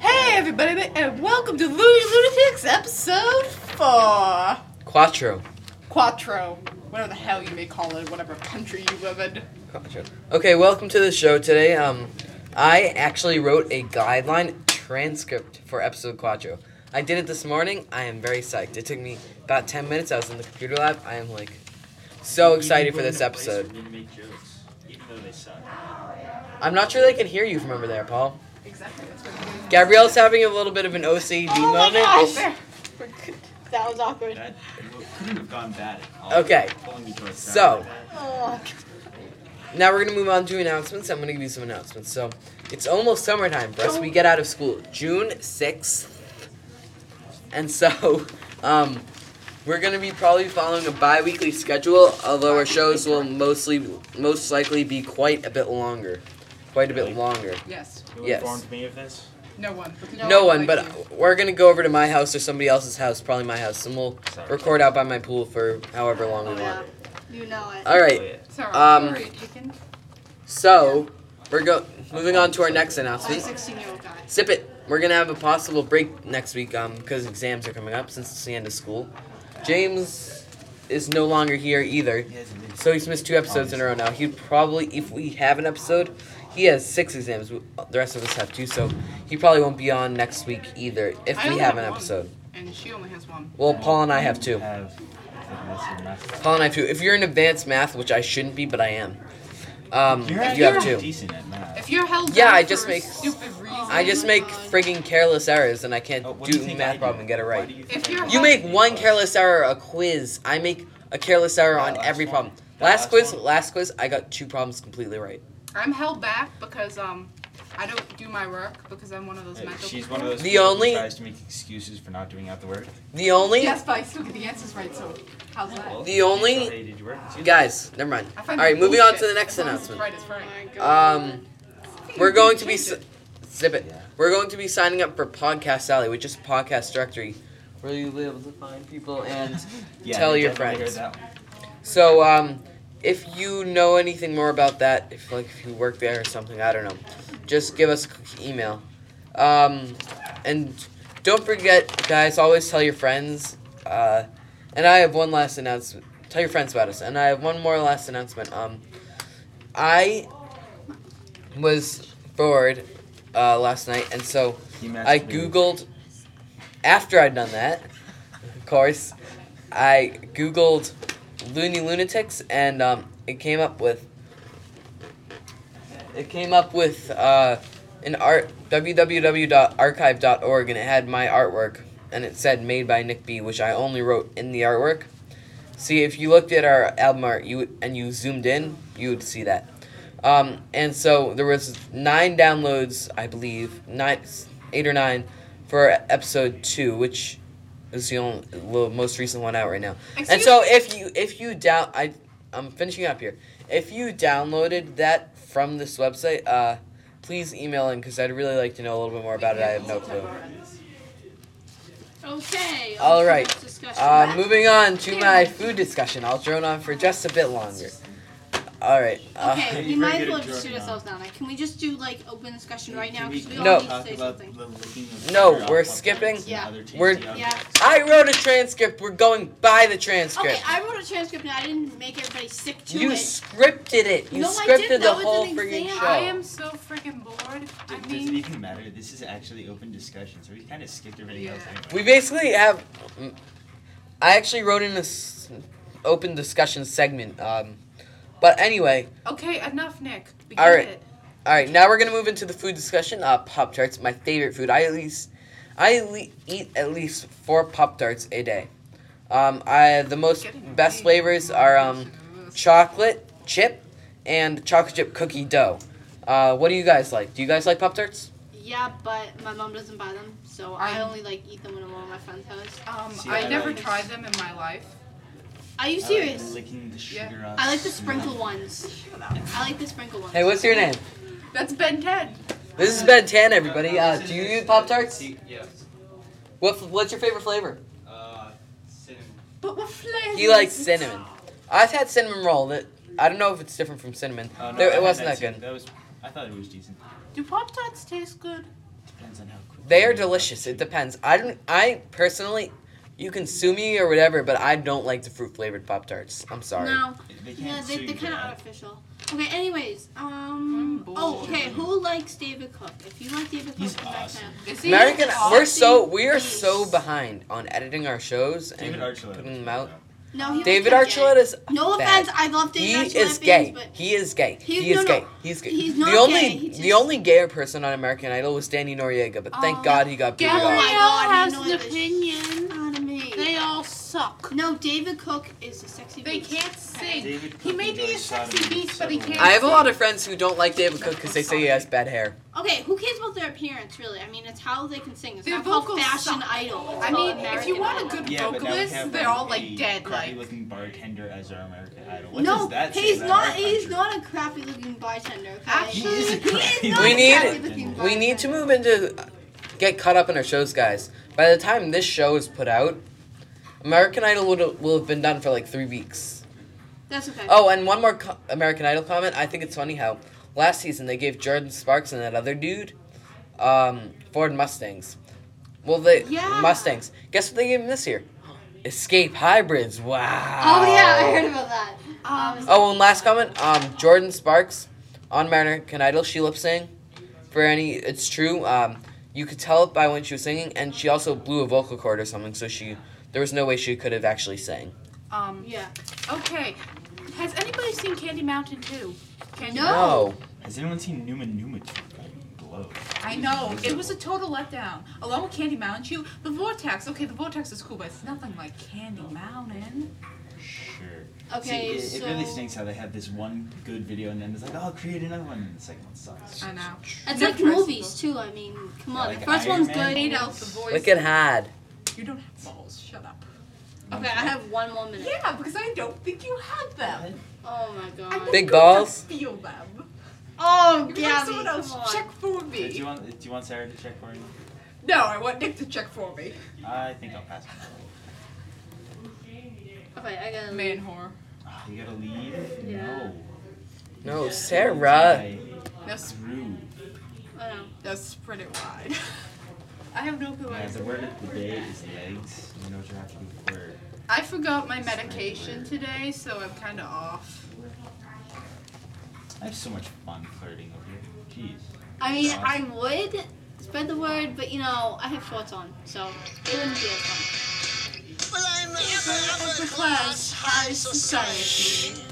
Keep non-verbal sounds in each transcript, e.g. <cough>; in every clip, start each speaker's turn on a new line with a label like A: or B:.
A: everybody, and welcome to Loony Lunatics episode 4.
B: Quattro.
A: Quattro. Whatever the hell you may call it, whatever country you live in.
B: Quattro. Okay, welcome to the show today. Um, I actually wrote a guideline transcript for episode Quattro. I did it this morning. I am very psyched. It took me about ten minutes. I was in the computer lab. I am like so excited for this episode. I'm not sure they can hear you from over there, Paul.
A: Exactly, that's what it is.
B: Gabrielle's having a little bit of an OCD
C: Oh my
B: moment.
C: gosh. That was awkward.
D: That couldn't have gone bad at all.
B: Okay.
D: Pulling you both
B: So.
D: out like
C: Oh,
B: Now we're gonna move on to announcements. I'm gonna give you some announcements. So it's almost summertime for us. We get out of school June sixth, and so <laughs> um, we're gonna be probably following a bi-weekly schedule. Although our shows will mostly, most likely, be quite a bit longer, quite a bit longer.
A: Yes.
D: that. Who
B: Yes.
D: informed me of this?
A: No one. but
B: No one,
A: like you.
B: but we're gonna go over to my house or somebody else's house, probably my house, and we'll
D: Sorry.
B: record out by my pool for however long
C: oh
B: we
C: yeah.
B: want.
C: You know it.
B: All right.
D: Oh, yeah.
A: Sorry,
B: um,
A: sorry, chicken.
B: So we're go moving on to our next announcement.
C: I'm a 16 year old guy.
B: Sip it. We're gonna have a possible break next week um because exams are coming up since it's the end of school. James is no longer here either,
D: He hasn't been-
B: so he's missed two episodes in a row now. He'd probably, if we have an episode, he has six exams. We- The rest of us have two, so he probably won't be on next week either if
A: I
B: we
A: only
B: have an
A: have one.
B: episode.
A: And she only has one.
B: Well, Paul and I have two.
D: Have- I think this is enough.
B: Paul and I have two. If you're in advanced math, which I shouldn't be, but I am, um, you
D: You're actually
B: have two.
D: Decent at math.
A: If you're held
B: Yeah,
A: down
B: I
A: for
B: just
A: a
B: make-
A: stupid reason.
B: I just make frigging careless errors, and I can't
D: Oh, what
B: do
D: you think I
B: math
D: do?
B: problem and get it
D: Why
B: right.
D: do you
A: If
D: think I
A: you're
D: do?
B: You
A: Oh.
B: make one careless error a quiz. I make a careless error
D: That
B: on
D: last
B: every
D: one.
B: problem.
D: That
B: Last
D: last
B: quiz,
D: one.
B: last quiz, I got two problems completely right.
A: I'm held back because um I don't do my work because I'm one of those
D: Hey,
A: mental
D: She's
A: people.
D: one of those
B: The
D: people who
B: only-
D: tries to make excuses for not doing out the work.
B: The only
A: Yes, but I still get the answers right, so how's
D: Well,
A: that?
B: The only-
D: that's how you did your work. Excuse me.
B: guys, never mind.
A: I
B: All
A: find
B: right,
A: that
B: moving on to
A: bullshit.
B: the next
A: As long as it's
B: announcement.
A: right, it's right.
B: Um, we're going to be s-
A: Change
B: zip it.
D: Yeah.
B: We're going to be signing up for Podcast Alley, which is a podcast directory where you be able to find people and
D: Yeah,
B: tell
D: I
B: your
D: definitely
B: friends.
D: heard that one.
B: So, um, if you know anything more about that, if like if you work there or something, I don't know, just give us a quick email. Um, and don't forget, guys, always tell your friends. Uh, and I have one last announcement. Tell your friends about us. And I have one more last announcement. Um, I was bored uh, last night, and so
D: You messed
B: I
D: me.
B: googled after I'd done that. Of course, I googled loony lunatics, and um, it came up with it came up with uh, an art www.archive.org, and it had my artwork, and it said made by Nick B, which I only wrote in the artwork. See, if you looked at our album art, you would- and you zoomed in, you would see that. Um, and so there was nine downloads, I believe, nine, eight or nine, for episode two, which is the only the most recent one out right now. and
A: Excuse-
B: so if you if you down, I I'm finishing up here. If you downloaded that from this website, uh, please email in because I'd really like to know a little bit more about it. I have no clue.
C: Okay.
B: All on to right. next
C: Discussion.
B: Uh, moving on to my food discussion. I'll drone on for just a bit longer. All right. Uh,
C: okay,
D: You're
C: we
D: pretty
C: might
D: good
C: as well
D: at
C: just shoot
D: jerking
C: ourselves down. Like, can we just do like open discussion right now?
D: Can we
C: Because we
D: talk
B: No.
C: all need to say
D: about
C: something.
D: the licking of
B: No,
D: finger off
B: we're
D: of plants
B: skipping.
D: and
C: Yeah.
D: other tasty
B: We're-
D: objects?
C: Yeah.
B: I wrote a transcript. We're going by the
C: Okay,
B: transcript.
C: I wrote a transcript and I didn't make everybody sick to
B: you
C: it.
B: scripted it. You
C: No, I
B: scripted
C: didn't.
B: the
C: That was
B: whole
C: an
B: freaking
C: exam.
B: show.
A: I am so freaking bored.
D: Does
A: I
D: it
A: mean,
D: even matter? This is actually open discussion, so we kind of skipped everything
A: Yeah.
D: else anyway.
B: we basically have. I actually wrote in this open discussion segment. Um, but anyway,
A: okay, enough, Nick. We
B: All
A: get
B: right.
A: it.
B: all right. Now we're gonna move into the food discussion. Uh, Pop tarts, my favorite food. I at least, I le- eat at least four Pop tarts a day. Um, I the most
A: Getting
B: best
A: paid.
B: flavors are um, chocolate chip and chocolate chip cookie dough. Uh, what do you guys like? Do you guys like Pop tarts?
C: Yeah, but my mom doesn't buy them, so I
A: I'm-
C: only like eat them when I'm at my friend's house.
A: Um,
D: See,
A: I,
D: I
A: never
D: like-
A: tried them in my life.
C: Are
D: I
C: you
D: like
C: serious?
D: licking the
A: Yeah.
D: sugar off
C: I like the
D: soup.
C: sprinkle ones. I like the sprinkle ones.
B: Hey, what's your name?
A: That's Ben 10.
B: This is Ben Tan, everybody. Uh, do you eat Pop Tarts?
E: Yes.
B: What, what's your favorite flavor?
E: Uh, cinnamon.
A: But what flavor?
B: He likes cinnamon. I've had cinnamon roll. That I don't know if it's different from cinnamon.
D: Oh, no,
B: There-
D: I
B: it
D: had
B: wasn't that
D: too.
B: good.
D: That was, I thought it was decent.
A: Do Pop Tarts taste good?
D: Depends on how quick.
B: They are delicious. It depends. I don't. I personally, you can sue me or whatever, but I don't like the fruit flavored Pop Tarts. I'm sorry.
C: No,
D: They
C: no,
D: can't
C: they,
D: sue you
C: they're kind of
D: for that.
C: artificial. Okay, anyways, um,
A: Mm,
C: oh,
A: bullshit.
C: okay, who likes David Cook? If you like David Cook,
D: He's
C: come back
D: awesome.
C: now.
A: Is he
B: American,
A: awesome?
B: we're so we are
C: Beast.
B: so behind on editing our shows
D: David
B: and
D: Archuleta.
B: putting them out.
C: No, he
B: David
C: was kinda
B: Archuleta is
C: gay. No
B: bad.
C: offense, I love David
B: He
C: Archuleta
B: is
C: fans,
B: gay.
C: but
B: He is gay.
C: He-
B: He is
C: no, no.
B: gay. He's gay.
C: He's
B: the
C: not
B: only
C: gay, he
B: the
C: just-
B: only gayer person on American Idol was Danny Noriega, but thank
C: Oh.
B: God he got beat
C: Galileo
B: off.
C: has
F: has
C: an
F: an opinion.
C: out of me.
F: They all suck.
C: no, David Cook is a sexy.
F: They
C: beast.
F: can't sing.
D: David
F: He may be a sexy beast, but he can't
B: I have a lot of friends who don't like David Cook because they say he has bad hair.
C: Okay, who cares about their appearance, really? I mean, it's how they can sing. It's
A: Their
C: not called
A: vocals
C: fashion
A: suck.
C: idol. It's
A: I mean,
C: called
A: if you
C: American
A: want a
C: Idol.
A: good
D: Yeah, but now we
A: vocalist,
D: have,
A: they're all
D: a
A: like dead. Like,
D: looking bartender as our American Idol. What
C: No,
D: does that say
C: he's
D: about
C: not.
D: our
C: He's
D: country?
C: not a crappy looking bartender. Okay?
A: Actually,
C: he is,
D: He is a crappy
C: not
B: We
C: a
B: need-
C: crappy looking
B: We need to
C: bartender.
B: move into get caught up in our shows, guys. By the time this show is put out, American Idol would will have been done for like three weeks.
C: That's okay.
B: Oh, and one more co- American Idol comment. I think it's funny how last season they gave Jordan Sparks and that other dude um, Ford Mustangs. Well, they
C: Yeah.
B: Mustangs. Guess what they gave him this year? Escape hybrids. Wow.
C: Oh yeah, I heard about that. Um,
B: Oh, and last comment. Um, Jordan Sparks on American Idol. She lip sang for any. It's true. Um, you could tell it by when she was singing, and she also blew a vocal cord or something. So she, there was no way she could have actually sang.
A: um,
C: yeah.
F: Okay. Has anybody seen Candy Mountain 2? Candy
C: No.
B: No.
D: Has anyone seen Numa Numa? Like, Blow.
F: I know. It was a total letdown. Along with Candy Mountain 2, the Vortex. Okay, the Vortex is cool, but it's nothing like Candy Mountain.
D: Sure.
C: Okay,
D: See, it,
C: so
D: it really stinks how they have this one good video and then it's like, oh, create another one, and the second one sucks.
F: I know.
C: It's
F: No
C: like
F: person.
C: movies too. I mean, come on.
D: Yeah,
C: the
D: like
C: first
D: Iron
C: one's
D: Man.
C: good.
F: Made out the voice.
B: Look at had.
F: You don't have balls. Shut up.
C: Okay, I have one more minute.
F: Yeah, because I don't think you have them.
C: Oh my
F: I
C: god.
F: think
B: Big
F: you have to
B: balls?
F: Feel them.
C: Oh,
F: You can have
C: Gabby,
F: someone
C: come
F: else
C: on.
F: check for
D: Do you
F: me.
D: want Do you want Sarah to check for you?
F: No, I want Nick to check for me.
D: I think I'll pass. it.
C: Okay, I gotta.
A: man whore.
D: Ah, you gotta leave.
C: Yeah.
D: No.
B: No, Sarah.
A: That's
D: Rude.
C: Oh, no.
A: that's spread it wide. <laughs> I have no clue.
D: Yeah, the word of the day is legs. You know what you have to do for.
A: I forgot my medication today, so I'm kind of off.
D: I have so much fun flirting over here. Jeez.
C: I mean, I would spread the word, but you know, I have shorts on, so it wouldn't be as fun.
G: Well, I'm a upper-class high society.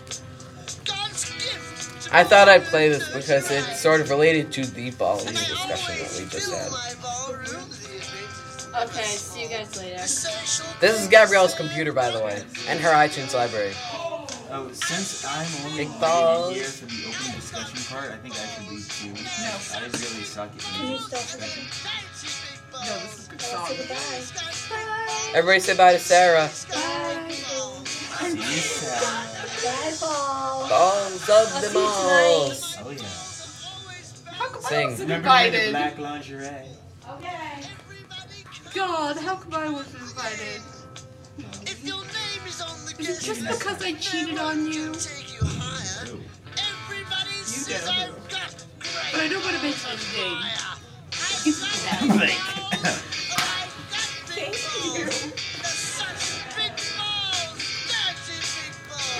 G: God's gift to
B: I thought I'd play
G: all
B: this because it's
G: mankind.
B: sort of related to the ballroom
G: And I
B: discussion that
G: always
B: we just
G: fill
B: had.
G: my ballroom with the
C: Okay, see you guys later.
G: essential
B: This is Gabrielle's computer, by the way, and her iTunes library.
D: Oh, since I'm only
B: Big
D: waiting
B: balls.
D: here for the open discussion part, I think I should leave too. No. I really suck at music discussion.
G: Thank you, big
A: No, this
G: balls.
A: is a good song.
B: Everybody say bye to Sarah.
D: See you, Sarah.
B: Balls of the balls.
D: Oh yeah.
A: How come I
B: Sing.
A: wasn't
D: Remember when the
A: invited?
D: black lingerie? <laughs>
A: God, how come I wasn't invited?
G: If your name is on the
A: Is it just
G: guest
A: because I
G: list, they
A: cheated
G: want
A: on
G: to
A: you?
G: Take you higher.
D: Ooh.
G: Everybody says
A: don't.
G: I've got great.
A: But I don't want to mention his name.
G: fire.
D: Like-
H: <laughs>
D: <laughs>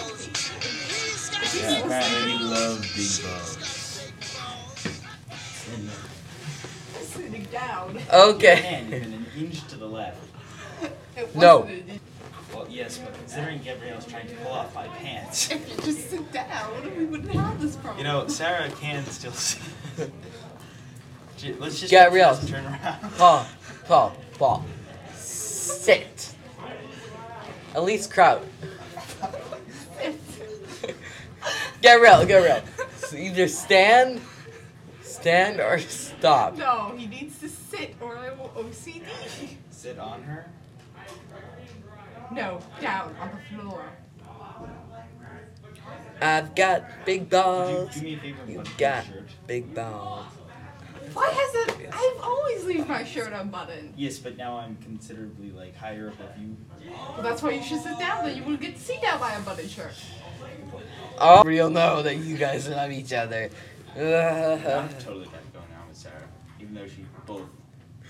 D: Yeah, apparently you love big balls. And
F: Sitting down.
B: Okay.
D: And even an inch to the left.
A: It
B: No.
A: wasn't it.
D: Well, yes, but considering Gabrielle's trying to pull off my pants,
A: If you just sit down, we wouldn't have this problem.
D: you know Sarah can
B: <laughs>
D: still see. Gee, Let's just
B: Gabrielle.
D: just turn around.
B: Paul, Paul, Paul. Sit. Elise Kraut. Gabrielle, Gabrielle. So either stand, stand, or stop.
F: No, he needs to sit or I will OCD.
D: Sit on her.
F: No, down on the floor.
B: I've got big
D: Would
B: balls.
D: you do me a favor and
B: You
D: button your
B: got
D: shirt?
B: big balls.
F: Why has it? I've always leave my shirt unbuttoned.
D: Yes, but now I'm considerably like higher up of you.
F: Well, that's why you should sit down. Then you will get to see down my unbuttoned shirt.
B: Oh, you'll know that you guys love each other. Uh,
D: I'm totally got to go now. It's
E: Sarah.
D: even though she both.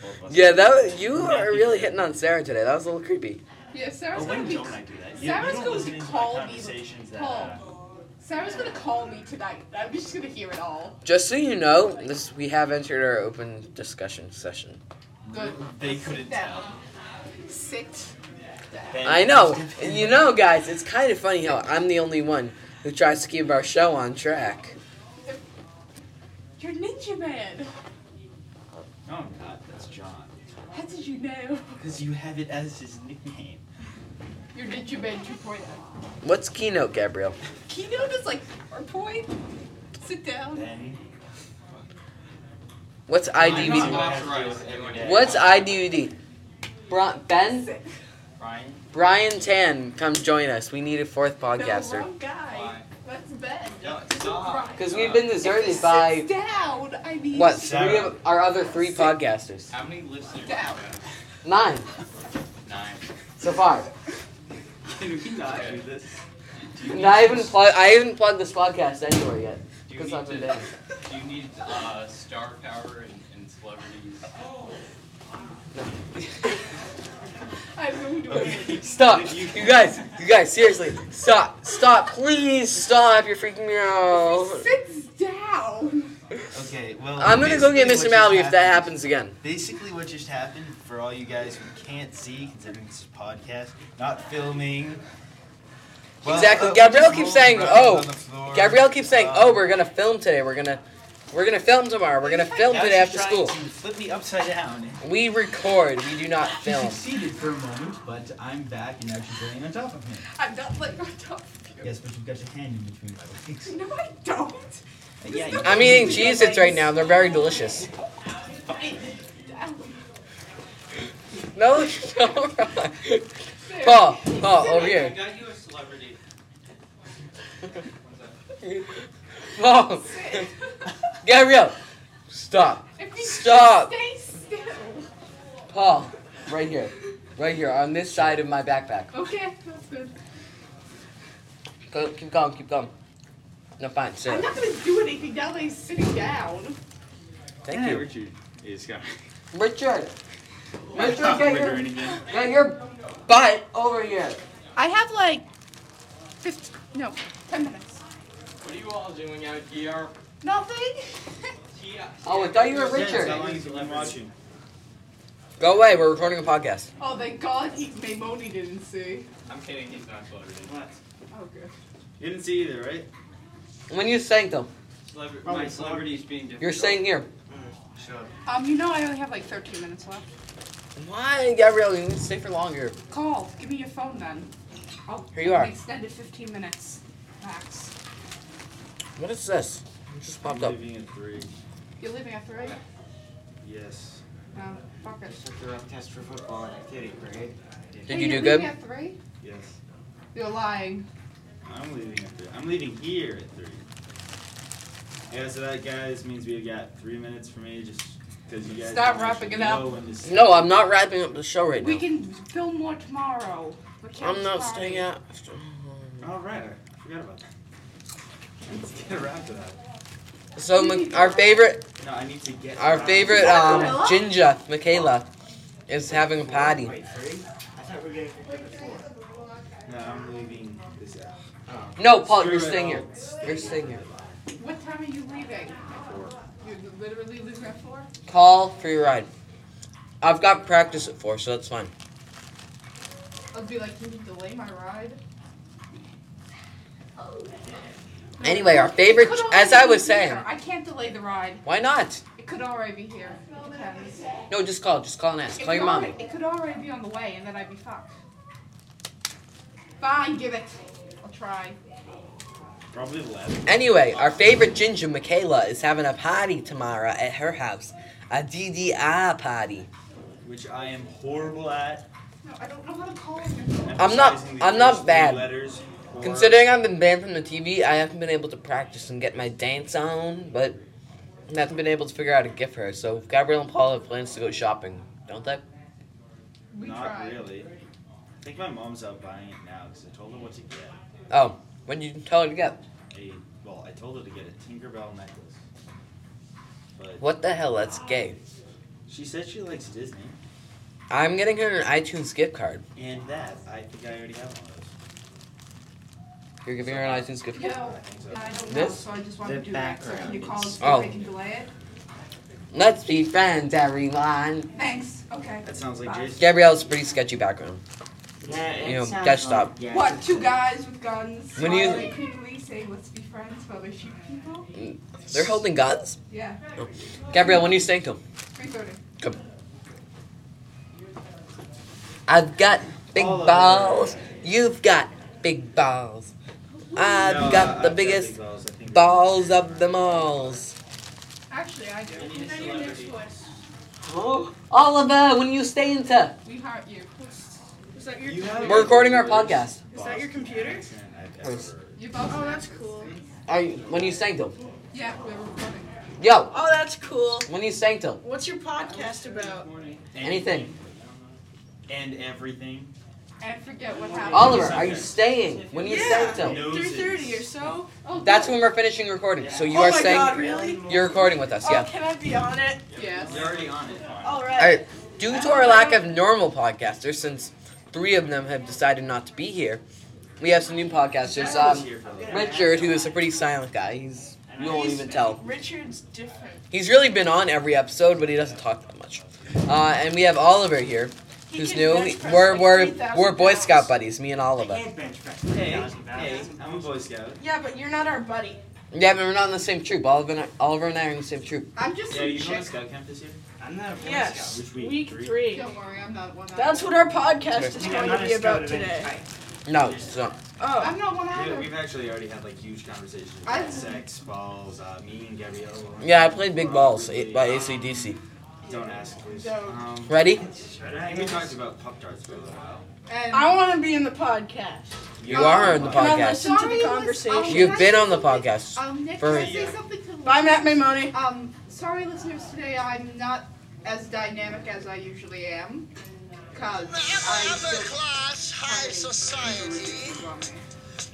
D: both of us-
B: Yeah, that wa- you are really hitting on Sarah today. That was a little creepy.
F: Yeah,
E: Oh,
F: Sarah's
E: when
F: gonna be.
E: don't I do that? You-
F: Sarah's
E: you don't
F: gonna
E: listen into my
F: call me with-
E: conversations that.
F: Paul.
E: uh,
F: Sarah's gonna call me tonight. I'm just gonna hear it all.
B: Just so you know, this we have entered our open discussion session.
F: Good.
E: uh, They couldn't
F: That-
E: tell.
F: Sit.
E: They-
B: I know. And you know, guys, it's kind of funny how I'm the only one who tries to keep our show on track.
F: You're Ninja Man.
E: No, I'm not. Oh, That's John.
F: How did you know?
E: Because you have it as his nickname.
F: You're Ninja Man 2.0.
B: What's keynote, Gabriel?
F: Keynote is like our point. Sit down.
E: Then
B: What's
E: I know
B: IDVD?
E: what I have to do with every day.
B: What's IDVD? Bro- ben,
F: Sit.
E: Brian?
B: Brian Tan, come join us. We need a fourth
F: No,
B: podcaster.
F: wrong guy. That's Ben.
E: No, stop.
B: Because we've been deserted
F: Sit
B: by
F: down. I mean.
B: what three
E: Sarah.
B: of our other three podcasters?
E: How many listeners? do you
F: Down.
E: have?
B: Nine
E: Nine. <laughs>
B: so far.
E: Do we not do this? Do you
B: And I
E: need
B: haven't
E: to-
B: plugged. I haven't plugged this podcast anywhere yet.
E: do you
B: Because
E: need
B: I've been
E: to-
B: dead.
E: Do you need uh, star power and, and celebrities?
F: I moved away.
B: Stop! You guys, you guys, seriously, stop, stop, please stop! You're freaking me out.
F: Sits down.
D: Okay, well.
B: I'm gonna go get Mr.
D: basically what
B: Malby
D: just
B: if that
D: happened-
B: happens again.
D: Basically, what just happened for all you guys who can't see, considering this is a podcast, not filming. uh,
B: Exactly.
D: we
B: Gabrielle
D: just
B: keeps
D: rolled
B: saying,
D: around
B: "Oh."
D: on the floor.
B: Gabrielle keeps saying,
D: Um,
B: "Oh, we're gonna film today. We're gonna, we're gonna film tomorrow. We're gonna film
D: now
B: today
D: she's
B: after school."
D: trying to flip me upside down.
B: We record. We do not film.
D: succeeded for a moment, but I'm back and now she's laying on top of him.
F: I'm not like on top.
D: Yes, but you've got your hand in between my legs.
F: No, I don't.
D: Yeah, you-
B: I'm eating Cheez-Its right now. They're very delicious. No, <laughs> no, Paul, Paul, over
E: I
B: here.
E: got you a celebrity.
B: Paul, Gabrielle, stop,
F: If you
B: stop.
F: Stay still.
B: Paul, right here, right here on this side of my backpack.
F: Okay, that's good.
B: Go, keep going, keep going. No, fine,
F: I'm
B: sit.
F: not gonna do anything now that he's sitting down.
B: Thank you,
E: Richard is coming.
B: Richard. Richard,
E: Stop
B: get your,
E: whimpering again.
B: get your butt over here.
F: I have like 15, no, 10 minutes.
E: What are you all doing out here?
F: Nothing? <laughs>
E: Tia-
B: Oh, I thought you were
E: Tia-
B: Richard.
E: How long have you been watching?
B: Go away. We're recording a podcast.
F: oh, thank God he Maimoni didn't see.
E: I'm kidding, he's not celebrity.
D: What?
F: Oh, good.
D: You didn't see either, right?
B: When you sang them,
E: Celebr-
D: Probably
E: my celebrity is being difficult.
B: you're saying here.
D: Shut up.
F: Um, you know I only have like 13 minutes left.
B: Why, Gabrielle? You need to stay for longer.
F: Call. Give me your phone then. Oh,
B: Here you are.
F: an Extended 15 minutes. Max.
B: What is this? It just popped up.
D: leaving at three.
F: You're leaving after eight?
D: Yes.
F: No, fuck it.
D: Took the rough test for football and kidding, right?
B: Did
F: Hey,
B: you do
F: you're
B: good?
F: Leaving at three?
D: Yes.
F: You're lying.
D: I'm leaving at three. I'm leaving here at three. Yeah, so that guys means we've got three minutes for me just because you guys.
F: Stop
D: don't
F: wrapping it
D: actually
F: up.
D: know when this-
B: No, I'm not wrapping up the show right
F: We
B: now.
F: can film more tomorrow. We're
B: I'm
F: Karen's
B: not
F: party.
B: staying out.
D: All right, I forgot about that. Let's get around to that.
B: So Ma- our favorite,
D: No, I need to get.
B: our
D: around.
B: favorite, um, Jinja Michaela, is having a party.
I: Wait, three? I thought we were getting completed four.
D: No, I'm leaving this out.
B: No, Paul,
D: Screw
B: you're
D: it,
B: staying here.
D: I'll
B: You're staying here.
F: What time are you leaving?
D: Four.
F: You're literally leaving at four?
B: Call for your ride. I've got practice at four, so that's fine.
F: I'll be like, can you delay my ride?
B: Anyway, our favorite,
F: It could
B: as
F: already
B: I was
F: be
B: saying,
F: here. I can't delay the ride.
B: why not?
F: It could already be here. It depends.
B: No, just call. Just call and ask.
F: It
B: Call
F: could
B: your mom.
F: already- It could already be on the way, and then I'd be fucked. Fine, give it. I'll try.
D: Probably left.
B: Anyway, our favorite ginger, Michaela, is having a party tomorrow at her house. A DDI party.
D: Which I am horrible at.
F: No, I don't know how to call him.
B: I'm not-
D: Emphasizing the
B: I'm not
D: first three
B: bad.
D: Letters. or-
B: Considering I've been banned from the TV, I haven't been able to practice and get my dance on, but I haven't been able to figure out a gift for her. So Gabrielle and Paul have plans to go shopping, don't they?
F: We
D: not
F: tried.
D: really. I think my mom's out buying it now because I told her what to get.
B: Oh, when did you tell her to get?
D: A well, I told her to get a Tinkerbell necklace. but
B: What the hell? That's gay.
D: she said she likes Disney,
B: I'm getting her an iTunes gift card.
D: and that I think I already have one of those.
B: You're giving her an iTunes gift card?
J: Oh,
F: No.
D: I think so.
F: Yeah, I don't know,
B: This?
F: so I just wanted
I: The
F: to do that, so can
I: background
F: you call and
I: is-
F: see if I
B: Oh.
F: can delay it?
B: Let's be friends, everyone.
F: Thanks, okay.
D: That sounds like
F: Bye.
D: Jason.
B: Gabrielle's pretty sketchy background.
I: Yeah, it
B: You know,
I: sounds
B: Dutch
I: like-
B: stop.
I: yeah,
F: What,
I: it's-
F: two guys with guns,
B: When do you-
F: smiling creepily saying, let's be friends while they shoot people?
B: They're holding guns.
F: Yeah,
B: Gabrielle, when are you staying till?
F: three thirty.
B: I've got big
D: All of
B: balls. You've got big balls. I've
D: No, I-
B: got the
D: I've
B: biggest
D: big balls. I think-
B: balls of them all.
A: Actually, I do.
D: I need a celebrity.
B: Oh. Oliver, when you staying till?
A: We hurt you.
J: Is that your
D: You have
B: We're recording our
D: worst
B: podcast.
J: Is that your
D: Boston
J: computer?
D: accent I've ever
B: Please.
D: heard.
F: You both?
J: Oh, that's cool.
B: Are you, when you staying till?
F: Yeah, we're recording.
B: Yo,
J: Oh, that's cool.
B: when you staying till?
J: What's your podcast about?
B: Anything.
D: And everything.
F: I forget what happened.
B: Oliver, are you staying? When you
J: Yeah.
B: staying till?
J: Three
D: Noses.
J: thirty or so.
F: Oh,
B: That's when we're finishing recording. So you
J: oh
B: are
J: my
B: saying
J: God, really?
B: you're recording with us,
J: Oh,
B: yeah.
J: can I be on it?
A: Yes.
D: You're already on it.
J: All right.
B: Alright, Uh, due to our lack of normal podcasters, since three of them have decided not to be here, we have some new podcasters.
D: I was
B: Um,
D: here for a little bit.
B: Richard, who is a pretty silent guy, he's you won't even tell.
J: Richard's different.
B: He's really been on every episode, but he doesn't talk that much. Uh, and we have Oliver here,
J: He
B: who's
J: can
B: new.
J: bench
B: He-
J: press
B: We're
J: like
B: we're
J: 3,000
B: we're Boy
J: pounds.
B: Scout buddies, me and
I: I
B: Oliver.
I: can't bench press
D: Hey,
I: 3,000
D: hey,
I: pounds.
D: I'm a Boy Scout.
J: Yeah, but you're not our buddy.
B: Yeah, but we're not in the same troop. Oliver and I, Oliver and I are in the same troop.
J: I'm just
D: Yeah,
J: a
D: you going
J: chick.
D: to Scout camp this year?
I: I'm not a Boy
J: Yes.
I: Scout.
D: Which week? Three?
A: Don't worry, I'm not one.
J: That's what our podcast is
I: Like, I'm
J: going
I: not
J: to
I: a
J: be
I: scout
J: about
I: of any
J: today.
I: type.
B: No, so
J: Oh,
A: I'm not one
D: Yeah,
A: either.
D: we've actually already had like huge conversations
A: I-
D: about sex, balls, uh, me and Gabrielle.
B: yeah, I played Big Balls eh,
D: Probably,
B: by
D: um,
B: ACDC.
D: Don't ask, please.
J: Don't.
D: Um,
B: Ready?
I: Should
D: I
I: I?
D: think we talked about Pop Tarts for a little while.
A: And
J: I want to be in the podcast.
B: You are on the
J: Can I
B: podcast.
J: listen to
A: Sorry,
J: the
A: Liz,
J: conversation?
A: I'll-
B: You've been on the podcast.
A: um, Nick,
B: For-
A: can I say something to
J: Bye, Matt Maimone.
A: Um, sorry, listeners. Today I'm not as dynamic as I usually am, cause
G: The
A: I
G: upper
A: don't
G: class
A: have
G: high
A: any
G: society.
A: influence on me.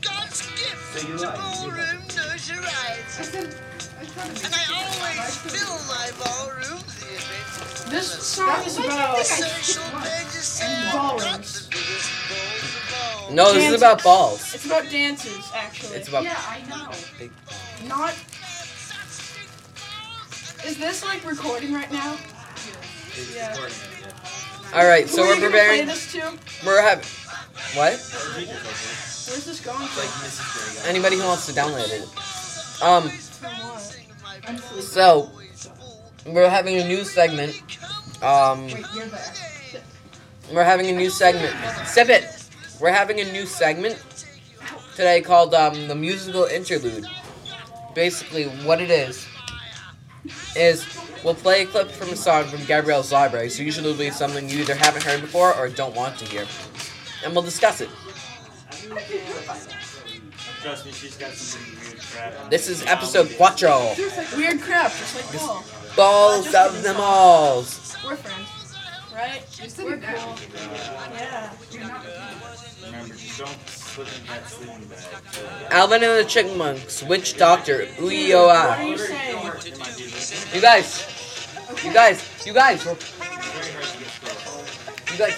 G: God's gift
D: So you
G: to
D: lied, you
G: ballroom knows your
A: I
G: rights.
A: said, I tried to be
G: And I
A: stupid, but I
G: always
A: shouldn't.
G: fill my ballroom theater.
J: This song is
A: I
J: about
A: think I
G: Social
A: skipped one.
G: pages say
J: Oh. And
G: I've got
J: ballrooms.
G: the biggest balls of all.
B: No, this is about balls.
J: it's about dances actually.
B: It's about
A: Yeah, I know.
B: big.
J: not.
G: Fantastic balls and
J: Is this like recording right now?
D: It's
J: Yeah.
D: recording it, yeah.
B: All right, so
J: Who are
B: we're
J: you gonna play
B: preparing.
J: this to?
B: We're having. What?
D: I think it's okay.
J: Where's this going?
D: Like Mrs. Grey.
B: Anybody who wants to download it. Um,
G: bouncing my
B: so
G: boys full.
B: we're having a new segment. Um,
A: Wait, you're the
B: we're having a new segment. Sip it. We're having a new segment today called um, the musical interlude. Basically, what it is is we'll play a clip from a song from Gabrielle's library. So usually it'll be something you either haven't heard before or don't want to hear, and we'll discuss it.
I: Trust me, she's got some pretty weird crap.
B: This is episode cuatro.
J: There's like weird crap, just like oh, Paul,
B: Balls of them all.
A: We're friends.
J: right?
A: You're
J: We're
A: sitting down.
J: cool. Yeah.
D: Remember, just don't slip in that sleeping bag.
B: Alvin and the Chipmunks, Witch Doctor,
J: What are
B: Uyoa.
J: you saying?
D: It might be a little
B: You guys, you guys, you guys, we're-
D: very hard to get through.
B: you guys.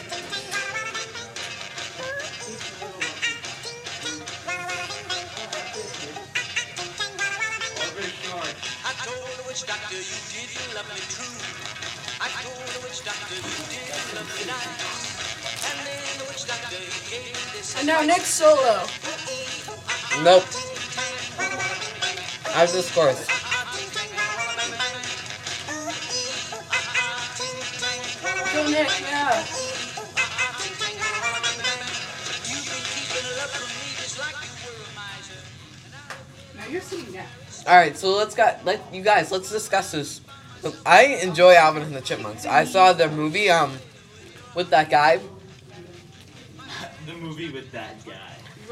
G: I told the witch doctor you didn't love me true. I told the witch doctor you didn't love me nice. And then the witch doctor he gave me this.
J: And now next solo.
B: Nope. How's this chorus?
J: Go Nick, yeah.
G: You've been keeping love from me just like you were a miser.
A: Now you're sitting down.
B: All right, so let's got let you guys let's discuss this. Look, I enjoy Alvin and the Chipmunks. I saw the movie um with that guy.
D: The movie with that guy.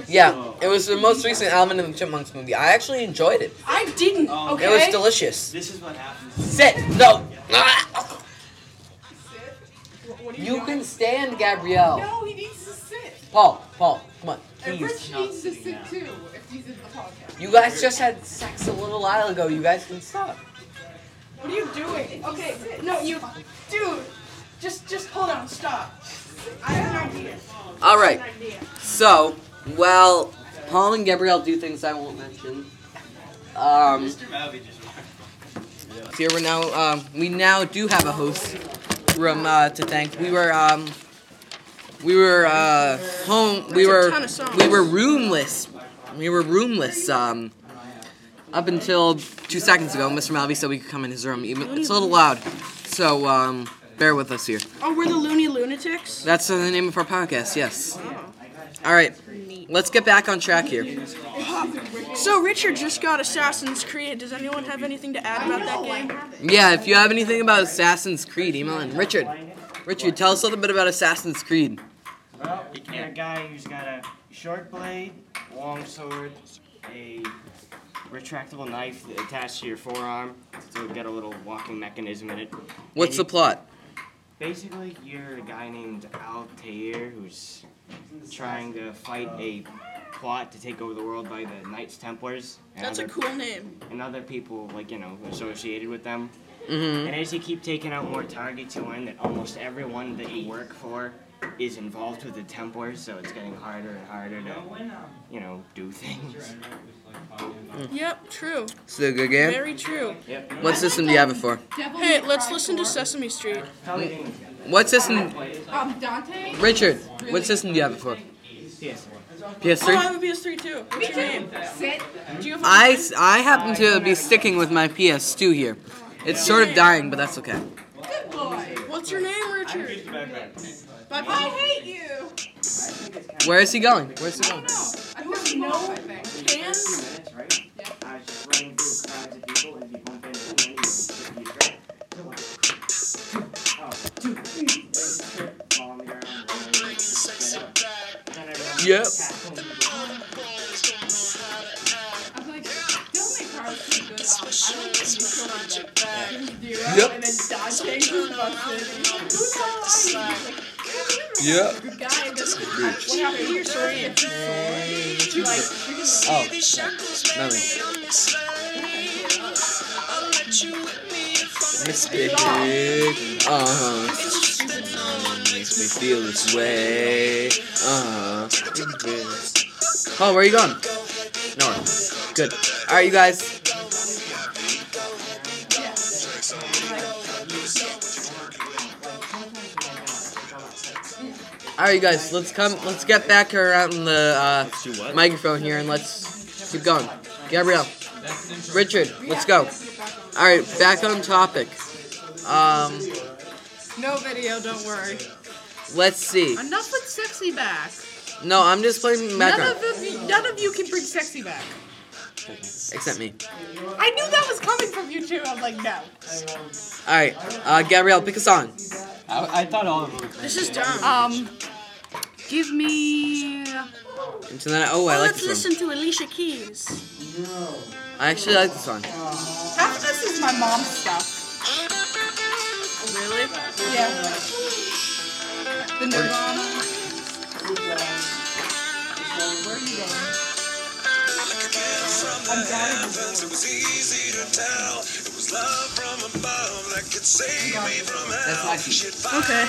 B: Yeah, it was the most recent Alvin and the Chipmunks movie. I actually enjoyed it.
J: I didn't,
D: Um,
J: okay?
B: Oh, It was delicious.
D: This is what happens.
B: Sit. No.
J: What- what are
B: <laughs> You
J: doing?
B: can stand, Gabrielle.
A: No, he needs to sit.
B: Paul. Paul. Come on.
A: And
B: Please.
A: Rich
D: not
A: needs to
D: sitting
A: sit
D: down.
A: too if he's in the podcast.
B: You guys just had sex a little while ago. You guys can stop.
J: What are you doing? Okay, no, you, dude, just just hold on, stop. I have an idea.
B: All right.
J: An idea.
B: So, while Paul and Gabrielle do things I won't mention, um,
E: Mr. Malvey just walked
B: here we're now. Um, we now do have a host room uh, to thank. We were um, we were uh, home.
J: That's
B: We
J: a
B: were
J: ton of songs.
B: we were roomless. We were roomless um, up until two seconds ago. Mr. Malvey said we could come in his room. Even it's a little loud, so um, bear with us here.
J: Oh, we're the Loony Lunatics.
B: That's the name of our podcast. Yes.
J: Oh.
B: All right. Let's get back on track here.
J: So Richard just got Assassin's Creed. Does anyone have anything to add about that game?
B: Yeah, if you have anything about Assassin's Creed, email in. Richard, Richard, tell us a little bit about Assassin's Creed.
I: Well, you get a guy who's got a short blade, long sword, a retractable knife attached to your forearm, so you get a little walking mechanism in it.
B: What's the plot?
I: Basically, you're a guy named Altair who's trying to fight a plot to take over the world by the Knights Templars. and
J: That's a
I: other-
J: cool name.
I: And other people, like, you know, associated with them.
B: Mm-hmm.
I: And as you keep taking out more targets, you learn that almost everyone that you work for is involved with the Templars, so it's getting harder and harder to, you know, do things.
J: Yep, true.
B: Still a good game.
J: Very true.
I: Yep.
B: What system do you have it for?
F: Devil
J: Hey,
F: May
J: let's
F: Cry
J: listen to
F: 4.
J: Sesame Street.
B: What system,
F: Um, Dante?
B: Richard? What system do you have it for?
J: Oh, I
B: PS3.
J: have a PS3 too. What's your name?
F: Sit. Do you have a
B: I s- I happen to be sticking with my PS2 here. It's sort of dying, but that's okay.
F: good boy?
J: What's your name, Richard?
F: Bye bye. I hate you.
B: Where is he going? Where's he going?
F: I don't know.
J: Fans?
K: "Oh,
B: Yep.
F: I was like, Devil May Cry was pretty good. Um, I like the intro on that.
B: Yep.
J: And then Dante who busted.
B: Yep.
F: Guy, that's
J: What happened to your story?
B: Oh. Nothing. Mystic. Uh huh. Makes me feel this way. Uh huh. Oh, where are you going? Nowhere. Good. All right, you guys. All right, you guys. Let's come. Let's get back around the
D: Let's do
B: uh,
D: what?
B: microphone here and let's keep going. Gabrielle, Richard, let's go. All right, back on topic. Um,
F: No video, don't worry.
B: let's see.
F: Enough with sexy back.
B: No, I'm just playing
F: None
B: background,
F: of, you, none of you can bring sexy back.
B: except me.
F: I knew that was coming from you too. I'm like, no.
B: All right, uh, Gabrielle, pick a song.
E: I, I thought all of them
J: This is dumb.
F: Um, give me.
B: Into the night. Oh, I
J: Well,
B: like
J: let's
B: this one.
J: listen to Alicia Keys.
B: I actually like this one.
F: Half of this is my mom's stuff.
J: Really?
F: Yeah. The Nirvana.
B: That's my key.
J: Okay.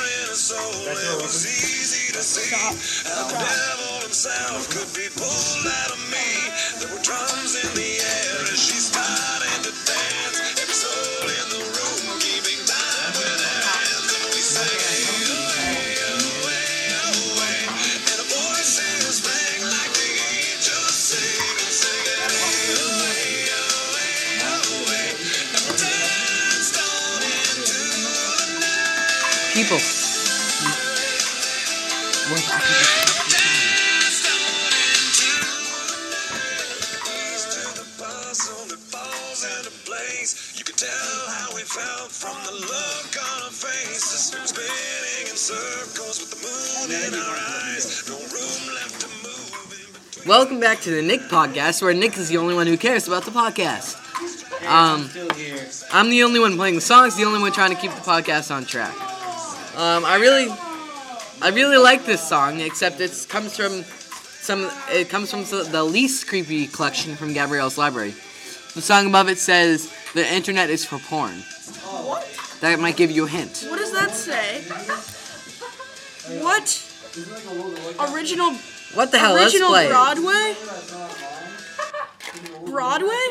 B: People. Welcome back to the Nick Podcast, where Nick is the only one who cares about the podcast. Um,
I: Still here.
B: I'm the only one playing the songs, the only one trying to keep the podcast on track. Um, I really, I really like this song, except it comes from some. It comes from the least creepy collection from Gabrielle's library. The song above it says, The internet is for porn.
J: What?
B: That might give you a hint.
J: What does that say? What? Original
B: What the hell? Let's
J: original
B: play. it.
J: Broadway? Broadway?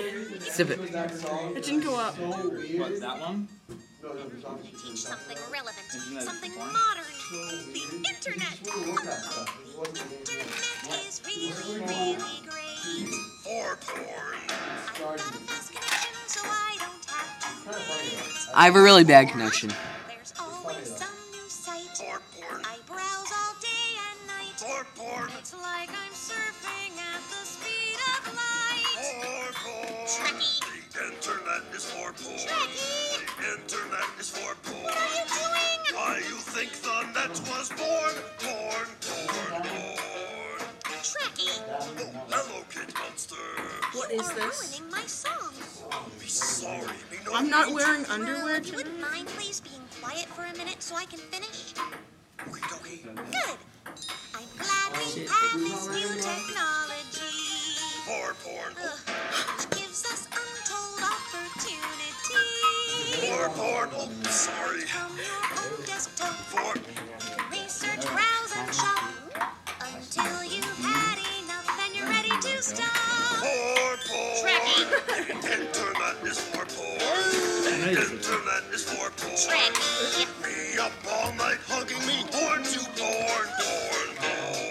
B: Zip it.
J: It didn't go up.
D: What, that one?
H: Teach something relevant,
D: that
H: something
D: porn?
H: modern. The internet. Internet is really, really great. For porn. I've got a fast connection, so I don't have to
B: I have a really bad connection.
H: There's always some new site. I browse all day and night. It's like I'm surfing at the speed of light. Trekkie. The internet is for porn. The internet is for porn. What are you doing? Why you think the net was born? Porn, porn, porn. Trekkie. Oh, hello, kid monster.
J: What
H: You
J: is
H: are
J: this?
H: ruining my song.
J: I'm not wearing underwear
H: If you
J: today.
H: wouldn't mind please being quiet for a minute so I can finish? Good. I'm glad we have this new technology. Ugh, which gives us untold opportunity. From your own desktop. You can research, browse, and shop until you've had enough and you're ready to stop. Trekkie.
D: Amazing.
H: Trekkie.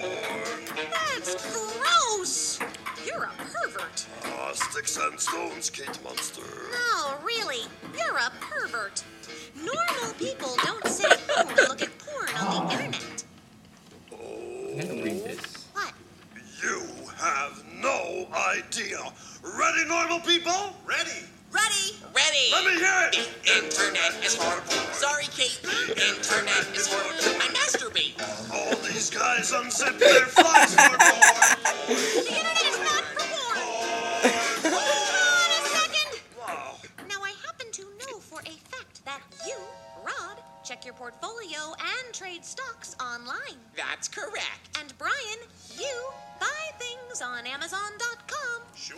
H: That's gross. You're a pervert.
G: Sticks and stones, Kate Monster.
H: No, really, you're a pervert. Normal people don't sit at home and look at porn on the internet.
E: I'm gonna read this.
H: What?
G: You have no idea. Ready, normal people? Ready.
H: Ready? Ready.
G: Let me hear it.
H: Internet is horrible. Sorry, Kate. Internet is horrible. I masturbate.
G: All these guys unzip their flies for porn.
H: The internet is not for porn. Hold on a second.
G: Wow.
H: Now, I happen to know for a fact that you, Rod, check your portfolio and trade stocks online. That's correct. And Brian, you buy things on Amazon.com. Sure.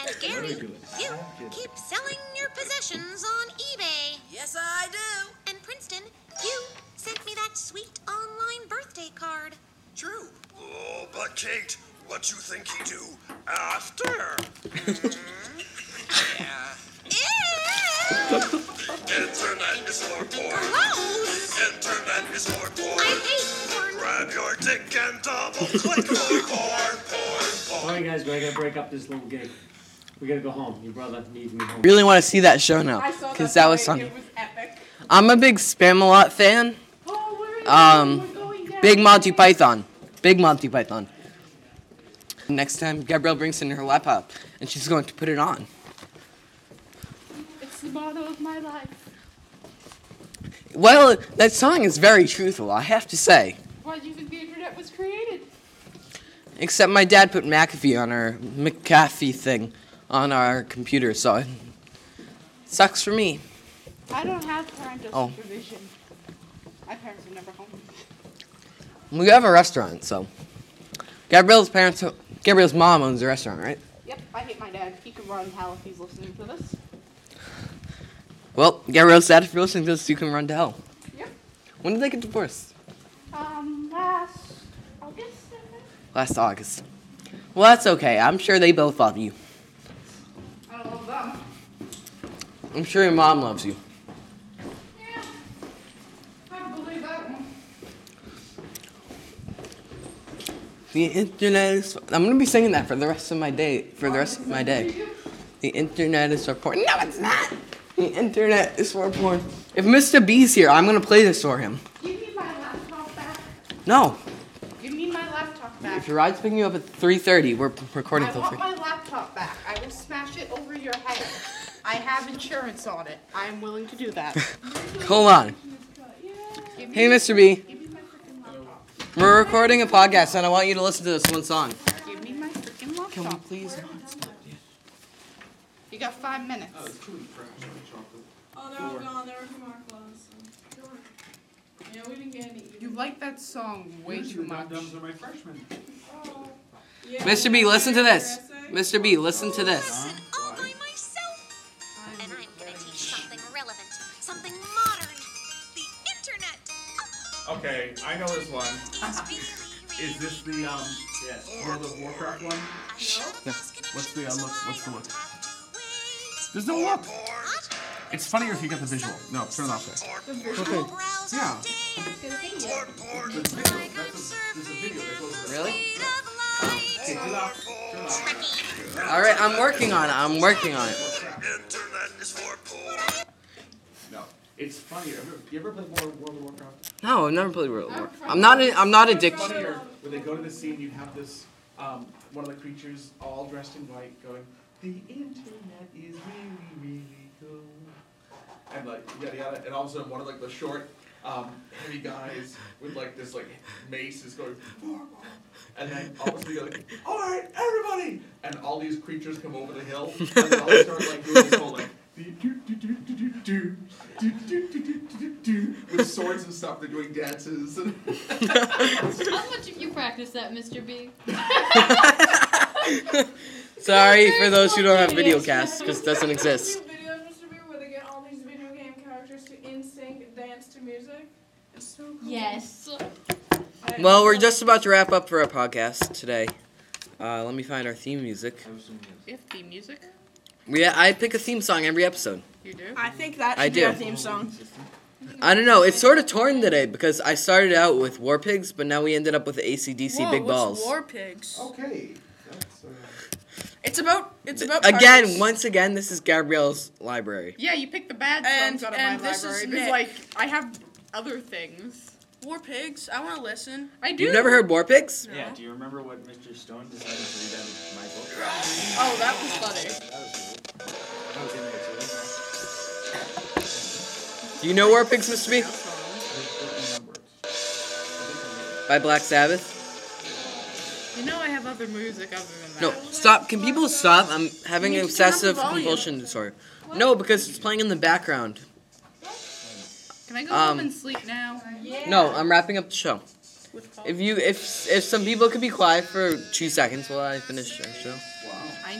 H: And Gary, you keep selling your possessions on eBay.
G: Yes, I do.
H: And Princeton, you sent me that sweet online birthday card.
G: True. Oh, but Kate, what you think he do
H: <laughs>
G: after? <laughs>
H: Ew!
G: Internet is for porn.
H: Gross!
G: Internet is for
H: I
G: porn.
H: hate porn.
G: Grab your dick and double click for porn, porn, porn.
K: Alright, guys, we gotta break up this little gig. We gotta go home. Your brother needs me home.
B: Really want to see that show now, cause that
J: tonight.
B: was fun.
J: It was epic.
B: I'm a big Spamalot fan.
A: Oh, where are you?
B: Um,
A: We're going down.
B: Big Monty Python. Big Monty Python. Next time, Gabrielle brings in her laptop, and she's going to put it on.
A: It's the motto of my life.
B: Well, that song is very truthful, I have to say.
A: Why do you think the internet was created?
B: Except my dad put McAfee on our McAfee thing on our computer, so it sucks for me.
A: I don't have parental
B: Oh.
A: supervision. My parents were never home.
B: We have a restaurant, so Gabrielle's parents, Gabrielle's mom owns the restaurant, right?
A: Yep, I hate my dad. He can run hell if he's listening to this.
B: Well, Gabrielle's dad, if you're listening to this, you can run to hell.
A: Yep.
B: When did they get divorced?
A: Um, last August. I think?
B: Last August. Well, that's okay. I'm sure they both love you.
A: I don't love them.
B: I'm sure your mom loves you.
A: Yeah. I don't believe that one.
B: The internet is. I'm gonna be singing that for the rest of my day. For the rest of my day. The internet is for porn. No, it's not. The internet is for porn. If Mr. B's here, I'm gonna play this for him.
A: Give me my laptop back.
B: No.
A: Give me my laptop back.
B: If your ride's picking you up at 3:30, we're p- recording
A: I
B: till
A: want
B: 3.
A: my laptop back. I will smash it over your head. I have insurance on it. I am willing to do
B: <laughs>
A: that.
B: Hold on.
A: Give me,
B: Hey, Mr. B.
A: Give me my freaking laptop.
B: We're recording a podcast, and I want you to listen to this one song.
A: Give me my freaking laptop.
B: Can we please?
A: You got five minutes.
J: Oh, they're all gone. There were two more clothes. Yeah, we didn't get any.
A: You like that song way too much.
D: Those are my freshmen.
J: Yeah,
B: Mr. B, listen to this. Mr. B, listen to this.
H: All by myself. And I'm
L: Okay, I know this one. Is this the um World of Warcraft one?
H: No. What's the uh, look? What's the look? There's no look. It's funnier if you get the visual. No, turn it off. There.
L: Okay.
H: Yeah.
B: Really?
L: Okay, turn it off. Turn it off.
B: All right, I'm working on it. I'm working on it.
L: No, it's funnier. Have you ever- You ever played more World of Warcraft?
B: No, I've never played World of War. I'm not. A, I'm not addicted.
H: Funnier, Where they go to the sea and you have this um, one of the creatures all dressed in white going, the internet is really really cool, and like yada yada, and all of a sudden one of like the short. Um, heavy guys with like this like mace is going, and then all of a sudden you're like, all right, everybody, and all these creatures come over the hill, and they all start like doing this whole like with swords and stuff. They're doing dances. <laughs> And
C: How much have you practiced that, Mr. B?
B: <laughs> Sorry for those who don't have video casts because it doesn't exist.
M: Videos used to be where they get all these video game characters to in sync dance to music. It's so cool.
C: Yes.
M: I-
B: Well, we're just about to wrap up for our podcast today. Uh, let me find our theme music.
F: We have theme music.
B: We, I pick a theme song every episode.
F: You do.
M: I think that
B: I
M: should be our
B: do.
M: theme song.
B: I don't know. It's sort of torn today because I started out with War Pigs, but now we ended up with ACDC
F: Whoa,
B: Big
F: what's
B: Balls.
F: War pigs.
H: Okay.
F: It's about. It's about.
B: Again,
F: pirates.
B: once again, this is Gabrielle's library.
F: Yeah, you picked the bad
A: And-
F: songs out of
A: and
F: my
A: this is
F: library.
A: Nick.
F: because, like, I have other things. War pigs. I want to listen. I do.
B: You've never heard War Pigs?
D: Yeah, do you remember what Mr. Stone decided to read out of my book?
F: Oh, that was funny.
D: That was in there too.
B: Do you know War Pigs, Mr. B? By Black Sabbath?
F: You know, I have other music other than that.
B: No, stop. Can people stop? I'm having
F: You
B: an
F: need to turn up the
B: obsessive
F: volume.
B: compulsion disorder. No, because it's playing in the background.
F: Can I go
B: Um,
F: home and sleep now? Yeah.
B: No, I'm wrapping up the show. If you, if if some people could be quiet for two seconds while I finish our show.
F: I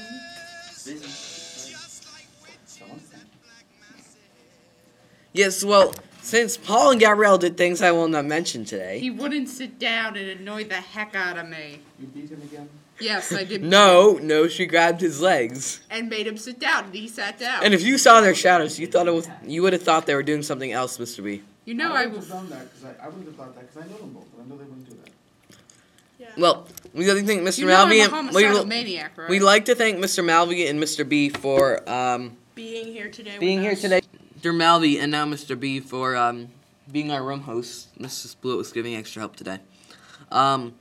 B: Yes, well, since Paul and Gabrielle did things I will not mention today.
F: He wouldn't sit down and annoyed the heck out of me.
H: You beat him again?
F: Yes,
B: <laughs>
F: I did.
B: No, no, she grabbed his legs.
F: And made him sit down, and he sat down.
B: And if you saw their shadows, you thought it was, you would have thought they were doing something else, Mr. B.
F: You know
H: I
F: I
B: Um,
H: would have done that because I, I would have thought that because I know them both, and I know they wouldn't do that.
B: Well, we other thing, Mr.
F: You know I'm
B: Malvey
F: a
B: and
F: homicidal
B: we,
F: maniac, right?
B: we like to thank Mr. Malvey and Mr. B for um,
F: being here today.
B: being here today. Mr. Malvey and now Mr. B for um, being our room host. Mrs. Blewett was giving extra help today. Um,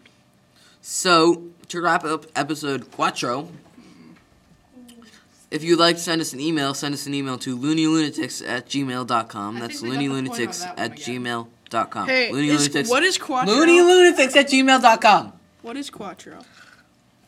B: so to wrap up episode cuatro, if you'd like to send us an email, send us an email to loonylunatics at gmail.com. That's loonylunatics at gmail.com.
F: Hey, is- what is cuatro?
B: Loonylunatics at gmail.com.
F: What is quattro?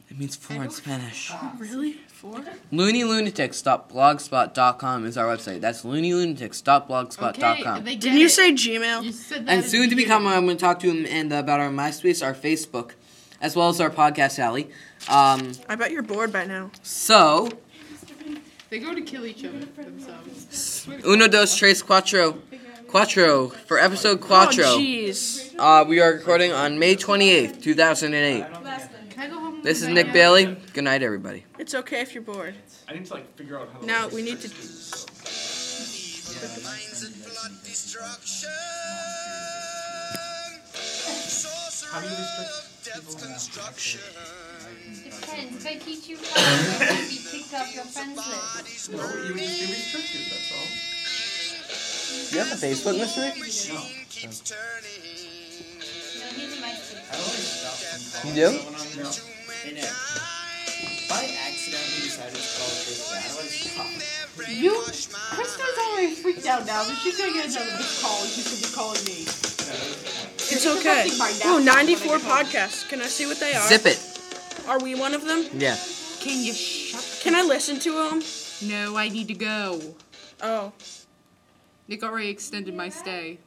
B: It means four in Spanish.
F: Oh, Really? Four?
B: LoonyLunatics.blogspot.com is our website. That's loonylunatics.blogspot.com.
F: Did you say Gmail? You said that
B: And
F: at
B: soon to
F: the
B: become, I'm going to talk to him and uh, about our MySpace, our Facebook, as well as our podcast alley. Um,
F: I bet you're bored by now.
B: so,
F: They go to kill each other themselves.
B: uno, dos, tres, cuatro, cuatro for episode cuatro.
F: Oh, jeez.
B: Uh, we are recording on May 28th, 2008. This is Nick Bailey. Good night, everybody.
F: It's okay if you're bored.
H: I need to like figure out how. to
F: Now we need to.
H: How do you restrict people now?
C: Depends. If I teach you how you might be picked off your friends list.
H: No, you, you restrict it. That's all.
C: Mm-hmm.
B: Do you have a Facebook, Mr.
D: You
B: do?
D: By accidentally decided to call Chris that was tough.
N: You, Krista's already freaked out now, but she's gonna get another big call and she's gonna be calling me.
F: It's okay.
N: Something by now.
F: Ooh, 94 podcasts. Can I see what they are?
B: Zip it.
F: Are we one of them?
B: Yeah.
F: Can you shut? Can I listen to them? No, I need to go. Oh. Nick already extended my stay.